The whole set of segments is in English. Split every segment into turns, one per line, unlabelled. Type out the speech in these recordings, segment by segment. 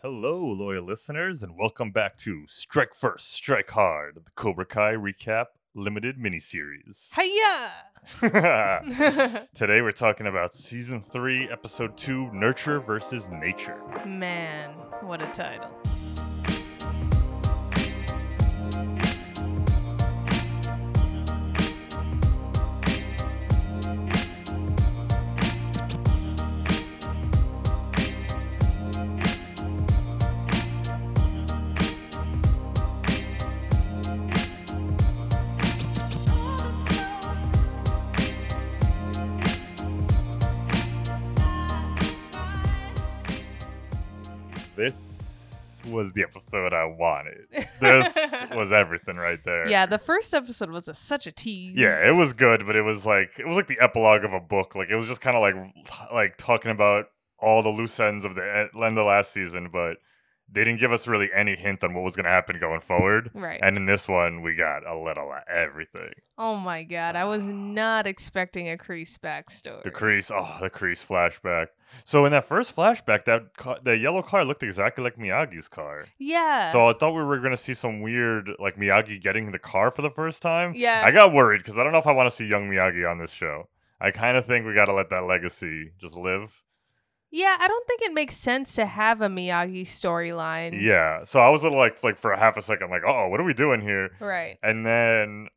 Hello, loyal listeners, and welcome back to Strike First, Strike Hard, the Cobra Kai Recap Limited miniseries.
Hiya!
Today we're talking about Season 3, Episode 2 Nurture versus Nature.
Man, what a title.
This was the episode I wanted. This was everything right there.
Yeah, the first episode was a, such a tease.
Yeah, it was good, but it was like it was like the epilogue of a book. Like it was just kind of like like talking about all the loose ends of the e- end of last season, but they didn't give us really any hint on what was going to happen going forward.
Right.
And in this one, we got a little of everything.
oh my god, I was not expecting a Crease backstory.
The crease, oh, the crease flashback. So in that first flashback, that ca- the yellow car looked exactly like Miyagi's car.
Yeah.
So I thought we were going to see some weird, like Miyagi getting the car for the first time.
yeah.
I got worried because I don't know if I want to see young Miyagi on this show. I kind of think we got to let that legacy just live.
yeah, I don't think it makes sense to have a Miyagi storyline.
Yeah. So I was a little like, like for a half a second, like, oh, what are we doing here?
Right.
And then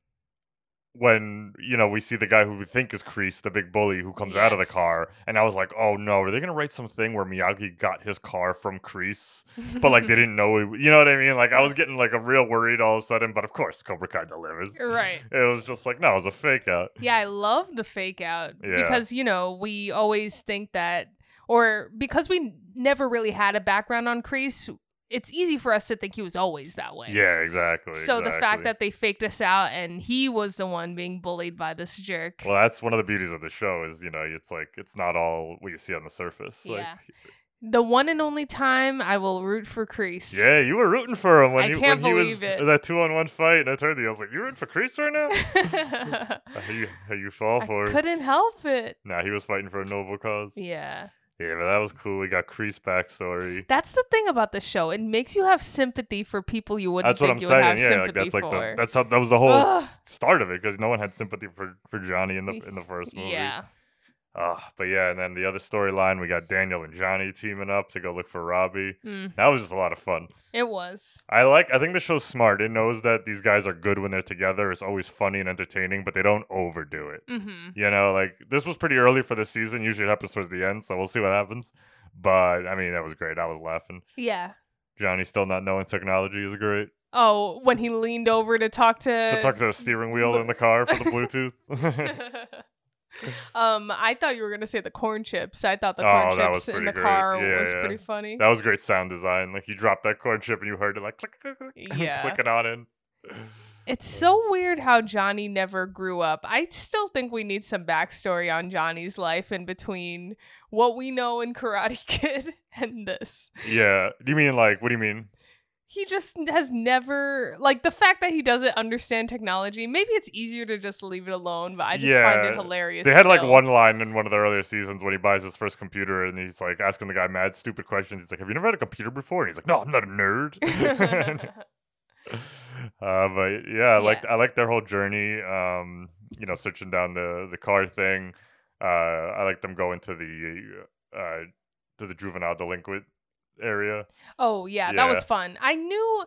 when you know we see the guy who we think is Crease, the big bully who comes out of the
Yes.
car, and I was like, oh no, are they gonna write something where Miyagi got his car from Crease? But like they didn't know, it, you know what I mean? Like I was getting like a real worried all of a sudden. But of course, Cobra Kai delivers.
Right.
It was just like no, it was a fake out.
Yeah, I love the fake out
Yeah.
because, you know, we always think that, or because we never really had a background on Crease, it's easy for us to think he was always that way.
Yeah, exactly.
So the fact
exactly.
that they faked us out and he was the one being bullied by this jerk.
Well, that's one of the beauties of the show is, you know, it's like it's not all what you see on the surface. Like,
Yeah. the one and only time I will root for Crease.
yeah, you were rooting for him when
I
he
can't
when he was
believe it.
that two on one fight, and I turned to you, I was like, "You're rooting for Crease right now." Uh, you uh, you fall
I
for? it.
couldn't help it.
Nah, he was fighting for a noble cause. Yeah,
Yeah.
but that was cool. We got Crease backstory.
That's the thing about the show. It makes you have sympathy for people you wouldn't
That's what
think
I'm
you would have
saying. Yeah, like,
sympathy
that's like
for.
the that's how that was the whole
Ugh.
s- start of it because no one had sympathy for for Johnny in the in the first movie.
yeah.
Uh, but yeah, and then the other storyline, we got Daniel and Johnny teaming up to go look for Robbie.
Mm,
That was just a lot of fun.
it was.
I like. I think the show's smart. It knows that these guys are good when they're together. It's always funny and entertaining, but they don't overdo it.
hmm
You know, like this was pretty early for the season. Usually it happens towards the end, so we'll see what happens. But I mean, that was great. I was laughing.
Yeah.
Johnny still not knowing technology is great.
Oh, when he leaned over to talk to
to talk to the steering wheel
look-
in the car for the Bluetooth.
um, I thought you were gonna say the corn chips. I thought the
Oh,
corn
that was
chips in
pretty
the
great.
car
Yeah,
was
yeah.
pretty funny.
that was great sound design. Like you dropped that corn chip and you heard it like click, click, click,
Yeah.
clicking on in.
It's so weird how Johnny never grew up. I still think we need some backstory on Johnny's life in between what we know in Karate Kid and this.
Yeah. Do you mean like what do you mean?
He just has never like the fact that he doesn't understand technology. Maybe it's easier to just leave it alone, but I just find
Yeah,
it hilarious.
They had like
still.
one line in one of the earlier seasons when he buys his first computer and he's like asking the guy mad stupid questions. He's like, "Have you never had a computer before?" And he's like, "No, I'm not a nerd." uh, but yeah, I liked I liked their whole journey. Um, you know, searching down the the car thing. Uh, I like them going to the uh to the juvenile delinquent area.
Oh yeah, that was
Yeah.
fun. I knew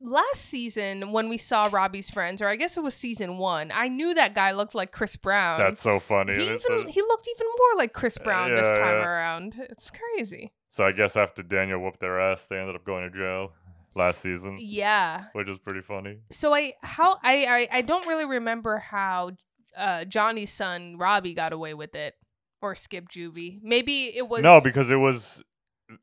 last season when we saw Robbie's friends, or I guess it was season one. I knew that guy looked like Chris Brown.
That's so funny.
he
That's
even
a-
he looked even more like Chris
Uh,
Brown this
yeah,
time
yeah.
around. It's crazy.
so I guess after Daniel whooped their ass, they ended up going to jail last season,
Yeah.
which is pretty funny.
So I how I I, I don't really remember how uh, Johnny's son Robbie got away with it or skipped juvie. Maybe it was
no because it was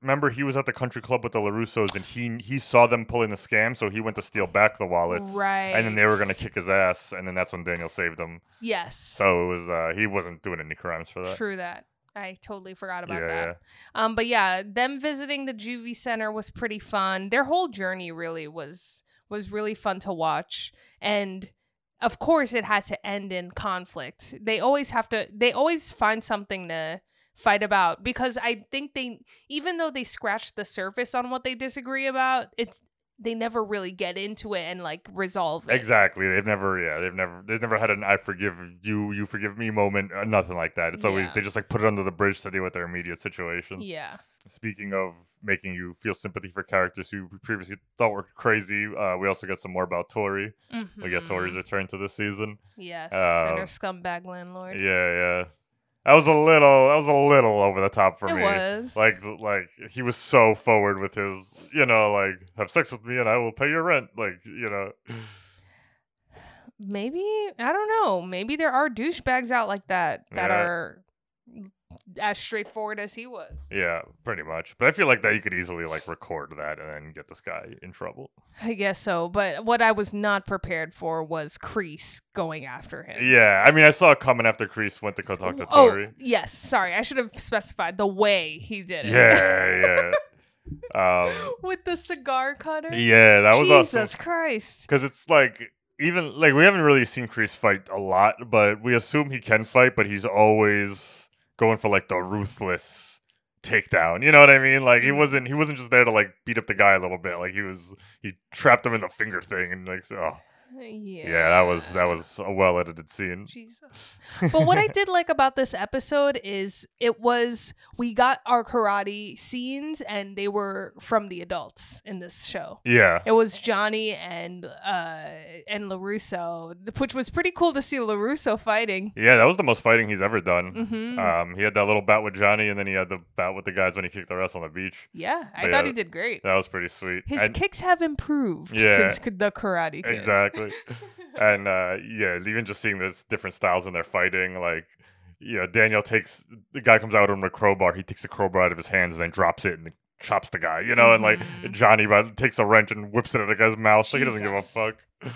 remember he was at the country club with the larussos and he he saw them pulling the scam so he went to steal back the wallets
right.
and then they were going to kick his ass and then that's when daniel saved him
yes.
so it was uh he wasn't doing any crimes for that
True that. I totally forgot about
yeah
that. Um, but yeah, them visiting the juvie center was pretty fun. Their whole journey really was was really fun to watch, and of course, it had to end in conflict. They always have to. They always find something to fight about because I think they even though they scratch the surface on what they disagree about, it's they never really get into it and like resolve it.
Exactly. They've never, yeah, they've never, they've never had an "I forgive you, you forgive me" moment. Uh, nothing like that. It's always
Yeah.
they just like put it under the bridge to deal with their immediate situations.
Yeah.
Speaking of making you feel sympathy for characters who we previously thought were crazy, uh, we also get some more about Tori. We get Tori's
Mhm.
return to this season.
Yes.
um,
and her scumbag landlord.
Yeah, yeah. That was a little, that was a little over the top for
it
me.
was.
Like, like he was so forward with his, you know, like have sex with me and I will pay your rent. Like, you know,
maybe I don't know. Maybe there are douchebags out like that that
Yeah.
are as straightforward as he was.
Yeah, pretty much. But I feel like that you could easily like record that and then get this guy in trouble.
I guess so, but what I was not prepared for was Crease going after him.
Yeah, I mean, I saw it coming after Kreese went to go talk to
oh,
Tori.
yes. Sorry, I should have specified the way he did it.
Yeah, yeah, um,
With the cigar cutter.
yeah. That was
Jesus
awesome
Christ.
because it's like even like we haven't really seen Kreese fight a lot, but we assume he can fight. But he's always going for like the ruthless takedown. You know what I mean? Like he
Mhm.
wasn't he wasn't just there to like beat up the guy a little bit. Like he was he trapped him in the finger thing and like so- oh.
Yeah.
Yeah, that was that was a well edited scene.
Jesus. But what I did like about this episode is it was we got our karate scenes and they were from the adults in this show.
yeah,
It was Johnny and uh and Larusso, which was pretty cool to see Larusso fighting.
yeah, that was the most fighting he's ever done.
hmm
Um, he had that little bout with Johnny, and then he had the bout with the guys when he kicked the rest on the beach.
yeah, I
but
thought
yeah,
he did great.
That was pretty sweet.
His
And-
kicks have improved
Yeah.
since c- the Karate Kid.
exactly. and uh, yeah, even just seeing there's different styles in their fighting, like. You know, Daniel takes the guy comes out with him with a crowbar. He takes the crowbar out of his hands and then drops it and chops the guy. You know, and
Mhm.
like Johnny but takes a wrench and whips it at the guy's mouth. Like he doesn't give a
Jesus.
fuck.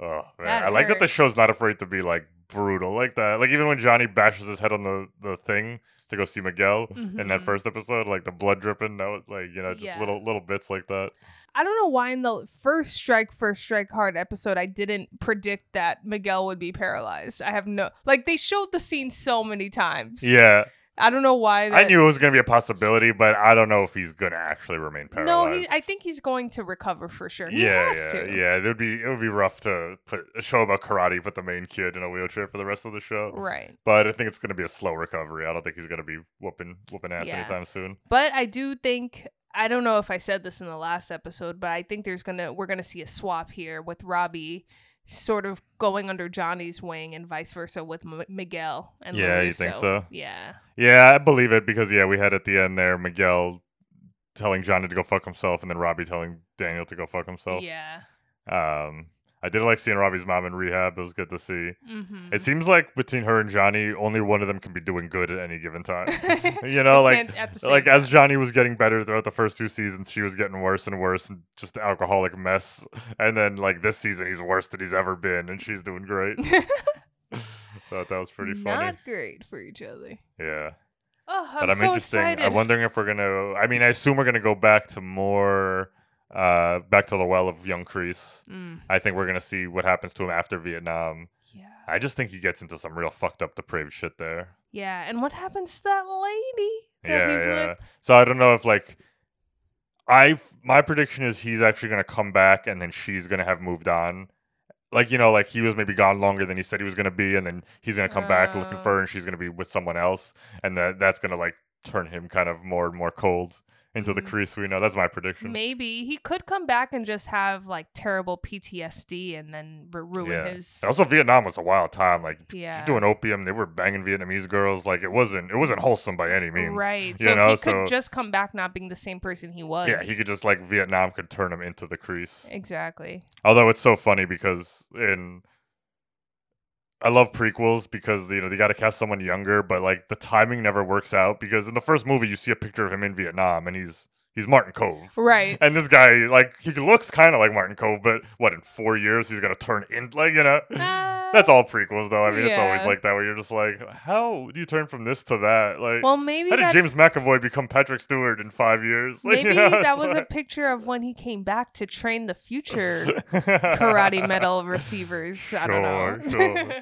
Oh man,
That
I like that the
hurt.
show's not afraid to be like brutal like that. Like even when Johnny bashes his head on the the thing to go see Miguel in that
Mhm.
first episode, like the blood dripping, that was like you know just
Yeah.
little little bits like that.
I don't know why in the first strike, first strike hard episode, I didn't predict that Miguel would be paralyzed. I have no like they showed the scene so many times.
Yeah,
I don't know why. That,
I knew it was gonna be a possibility, but I don't know if he's gonna actually remain
No,
paralyzed.
he, I think he's going to recover for sure. He
yeah,
has
yeah,
to.
yeah. It would be it would be rough to put a show about karate, put the main kid in a wheelchair for the rest of the show.
Right.
But I think it's gonna be a slow recovery. I don't think he's gonna be whooping whooping ass
Yeah.
anytime soon.
But I do think I don't know if I said this in the last episode, but I think there's gonna we're gonna see a swap here with Robbie sort of going under Johnny's wing and vice versa with M- Miguel and
Yeah, you think
LaRusso.
so?
Yeah.
Yeah, I believe it because yeah, we had at the end there Miguel telling Johnny to go fuck himself, and then Robbie telling Daniel to go fuck himself.
Yeah.
Um, I did like seeing Robbie's mom in rehab. It was good to see.
Mm-hmm.
It seems like between her and Johnny, only one of them can be doing good at any given time. you know, like
at the same
like as
time.
Johnny was getting better throughout the first two seasons, she was getting worse and worse, and just an alcoholic mess. And then like this season, he's worse than he's ever been, and she's doing great. Thought that was pretty funny.
Not great for each other.
yeah.
Oh, I'm,
but I'm
so
interesting.
excited.
I'm wondering if we're gonna. I mean, I assume we're gonna go back to more, uh, back to the well of young Kreese.
Mm,
I think we're gonna see what happens to him after Vietnam.
yeah.
I just think he gets into some real fucked up, depraved shit there.
Yeah. And what happens to that lady that
yeah,
he's
yeah.
with?
So I don't know if like, I my prediction is he's actually gonna come back, and then she's gonna have moved on. Like you know, like he was maybe gone longer than he said he was gonna be, and then he's gonna come back looking
Oh.
for her, and she's gonna be with someone else, and that that's gonna like turn him kind of more and more cold into the
Mm.
crease. We know that's my prediction.
Maybe he could come back and just have like terrible PTSD and then ru- ruin
Yeah.
his.
And Also, Vietnam was a wild time. Like
Yeah.
she's doing opium, they were banging Vietnamese girls. Like it wasn't it wasn't wholesome by any means. you
Right. So
know,
he could
so-
just come back not being the same person he was.
Yeah, he could just like Vietnam could turn him into the crease.
Exactly.
Although it's so funny because in I love prequels because you know they got to cast someone younger, but like the timing never works out because in the first movie you see a picture of him in Vietnam and he's he's Martin Cove.
Right.
And this guy, like, he looks kind of like Martin Cove, but what in four years he's gonna turn in, like, you know, that's all prequels, though. I mean, it's always
Uh, yeah.
like that, where you're just like, how do you turn from this to that? Like,
Uh, Well, maybe
how did
that.
James McAvoy become Patrick Stewart in five years? Like,
Maybe
you know,
that
it's
was a
like-
picture of when he came back to train the future karate medal receivers. I don't know.
Sure, sure.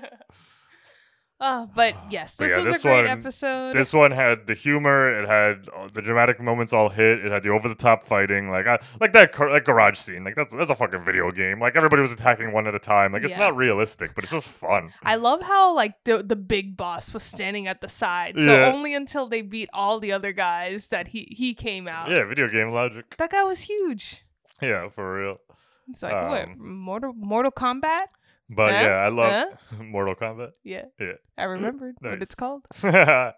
Oh, but yes,
But
this
yeah,
was
this
a great
one-
episode.
This one had the humor. It had all the dramatic moments all hit. It had the over the top fighting, like I, like that car, that garage scene. Like that's that's a fucking video game. Like everybody was attacking one at a time. Like it's
Yeah.
not realistic, but it's just fun.
I love how like the the big boss was standing at the side. So
Yeah.
only until they beat all the other guys that he he came out.
yeah, video game logic.
That guy was huge.
Yeah, for real.
It's like what
Um,
Mortal Mortal Kombat?
But
Huh?
yeah, I love Mortal Kombat.
Yeah.
Yeah.
I remembered what
Nice.
it's called.
uh,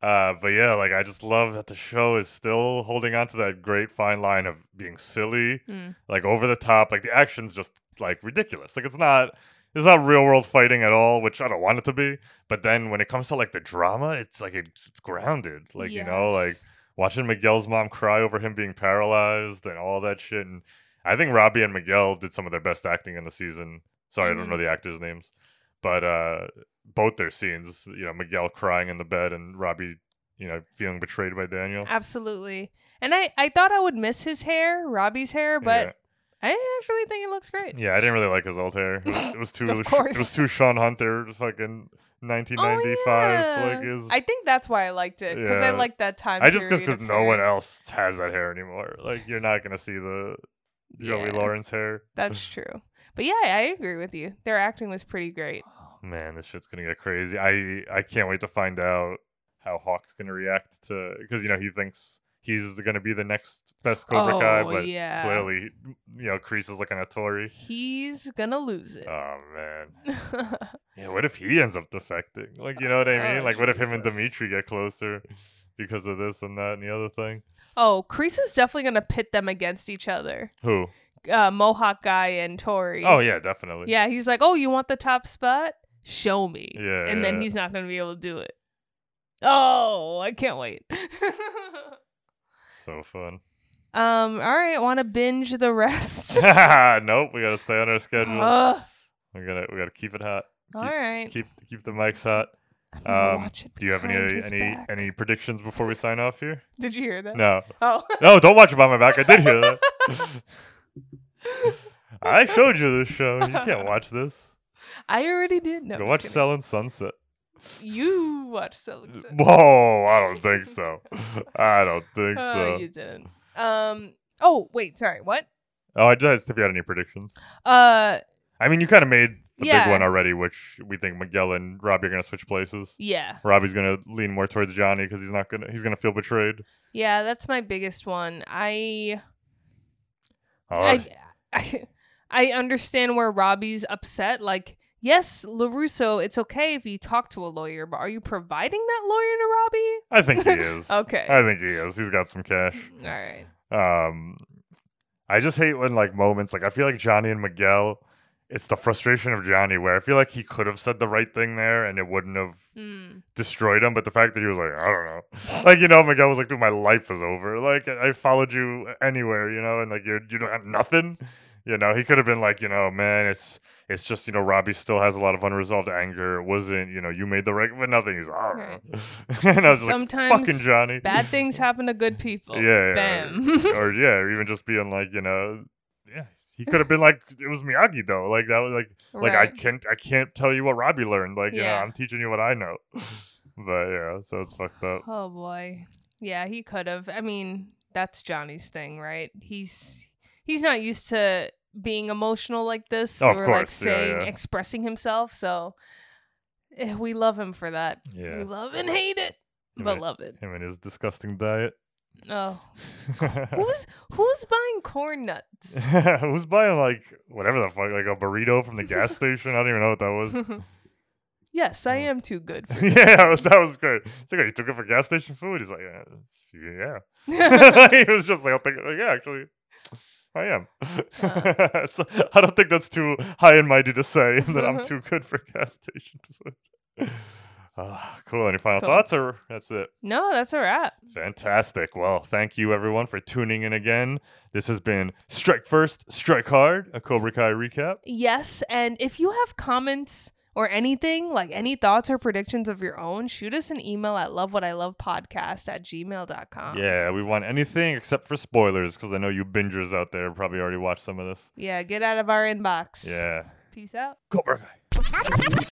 but yeah, like I just love that the show is still holding on to that great fine line of being silly,
Mm.
like over the top. Like the action's just like ridiculous. Like it's not it's not real world fighting at all, which I don't want it to be. But then when it comes to like the drama, it's like it's, it's grounded. Like you know, like
Yes.
watching Miguel's mom cry over him being paralyzed and all that shit. And I think Robbie and Miguel did some of their best acting in the season. Sorry,
Mm-hmm.
I don't know the actors' names, but uh, both their scenes, you know, Miguel crying in the bed and Robbie, you know, feeling betrayed by Daniel.
Absolutely. And I, I thought I would miss his hair, Robbie's hair, but I actually think it looks great.
yeah. yeah, I didn't really like his old hair. It was, it was too,
Of
it was
course.
too Sean Hunter, fucking
Oh,
1995. Like
yeah.
his,
I think that's why I liked it because I
Yeah.
liked that time.
I just
period
because
of
no one
hair.
else has that hair anymore. Like you're not gonna see the Joey
Yeah.
Lawrence hair.
That's true. But yeah, I agree with you. Their acting was pretty great.
Man, this shit's gonna get crazy. I I can't wait to find out how Hawk's gonna react to because you know he thinks he's the- gonna be the next best Cobra
oh,
Kai, but
yeah.
clearly you know Kreese is looking at Tori.
He's gonna lose it.
Oh man, yeah. What if he ends up defecting? Like you know what I
Oh,
mean? Like what if him and
Jesus.
Dimitri get closer because of this and that and the other thing?
oh, Kreese is definitely gonna pit them against each other.
Who?
Uh, Mohawk guy and Tori.
Oh yeah, definitely.
Yeah, he's like, oh, you want the top spot? Show me.
Yeah,
and then
yeah.
he's not gonna be able to do it. Oh, I can't wait.
So fun.
um. All right, want to binge the rest?
nope, we gotta stay on our schedule.
Ugh.
we gotta we gotta keep it hot.
all right.
Keep keep the mics hot.
I'm gonna
um,
watch it
Do you have any
behind his
any
back.
any predictions before we sign off here?
Did you hear that?
No,
Oh.
no, don't watch it by my back. I did hear that. I showed you this show. You can't watch this.
I already did. No,
Go
just
watch Uh,
kidding.
Selling Sunset.
You watch Selling.
Whoa, I don't think so. I don't think
Oh,
so.
you didn't. Um. Oh, wait. Sorry. What?
Oh, I just if you had any predictions.
Uh.
I mean, you kind of made the
Yeah.
big one already, which we think Miguel and Robbie are gonna switch places.
Yeah.
Robbie's gonna lean more towards Johnny because he's not gonna he's gonna feel betrayed.
Yeah. That's my biggest one. I.
Oh,
I. I, I understand where Robbie's upset. Like. Yes, LaRusso, it's okay if you talk to a lawyer, but are you providing that lawyer to
I think he is.
Okay.
I think he is. He's got some cash.
Robbie? All right.
Um, I just hate when like moments like I feel like Johnny and Miguel. It's the frustration of Johnny where I feel like he could have said the right thing there and it wouldn't have
Mm.
destroyed him. But the fact that he was like, I don't know, like you know, Miguel was like, dude, my life is over. Like I I followed you anywhere, you know, and like you're you don't have nothing. You know, he could have been like, you know, man, it's it's just you know, Robbie still has a lot of unresolved anger. It wasn't you know, you made the right, but nothing. He's I
Right.
don't know. and I was just like,
Sometimes
fucking Johnny.
bad things happen to good people.
Yeah, yeah.
Bam.
or yeah, or even just being like, you know, yeah, he could have been like, it was Miyagi though, like that was like, like I
Right.
can't, I can't tell you what Robbie learned, like you know,
Yeah.
I'm teaching you what I know, but yeah, so it's fucked up.
Oh boy. Yeah, he could have. I mean, that's Johnny's thing, right? He's he's not used to being emotional like this
Oh, of
or like
course. Yeah,
saying
yeah.
expressing himself, so eh, we love him for that. We
Yeah,
love and hate it, but
Right.
love it.
him and his disgusting diet.
Oh. Who's who's buying corn nuts?
Who's buying like whatever the fuck, like a burrito from the gas station? I don't even know what that was.
yes, I
Oh.
am too good for this.
yeah, that was, that was great. It's like he took it for gas station food. He's like, "Uh, yeah. he was just like, I'm thinking, like, yeah, actually, I am. so I don't think that's too high and mighty to say that I'm too good for gas station food. Ah, cool. Any final
Cool.
thoughts, or that's it?
no, that's a wrap.
Fantastic. Well, thank you everyone for tuning in again. This has been Strike First, Strike Hard, a Cobra Kai recap.
Yes, and if you have comments or anything, like any thoughts or predictions of your own, shoot us an email at lovewhatilovepodcast at gmail.com.
Yeah, we want anything except for spoilers because I know you bingers out there probably already watched some of this.
Yeah, get out of our inbox.
Yeah.
Peace out.
Cobra Kai.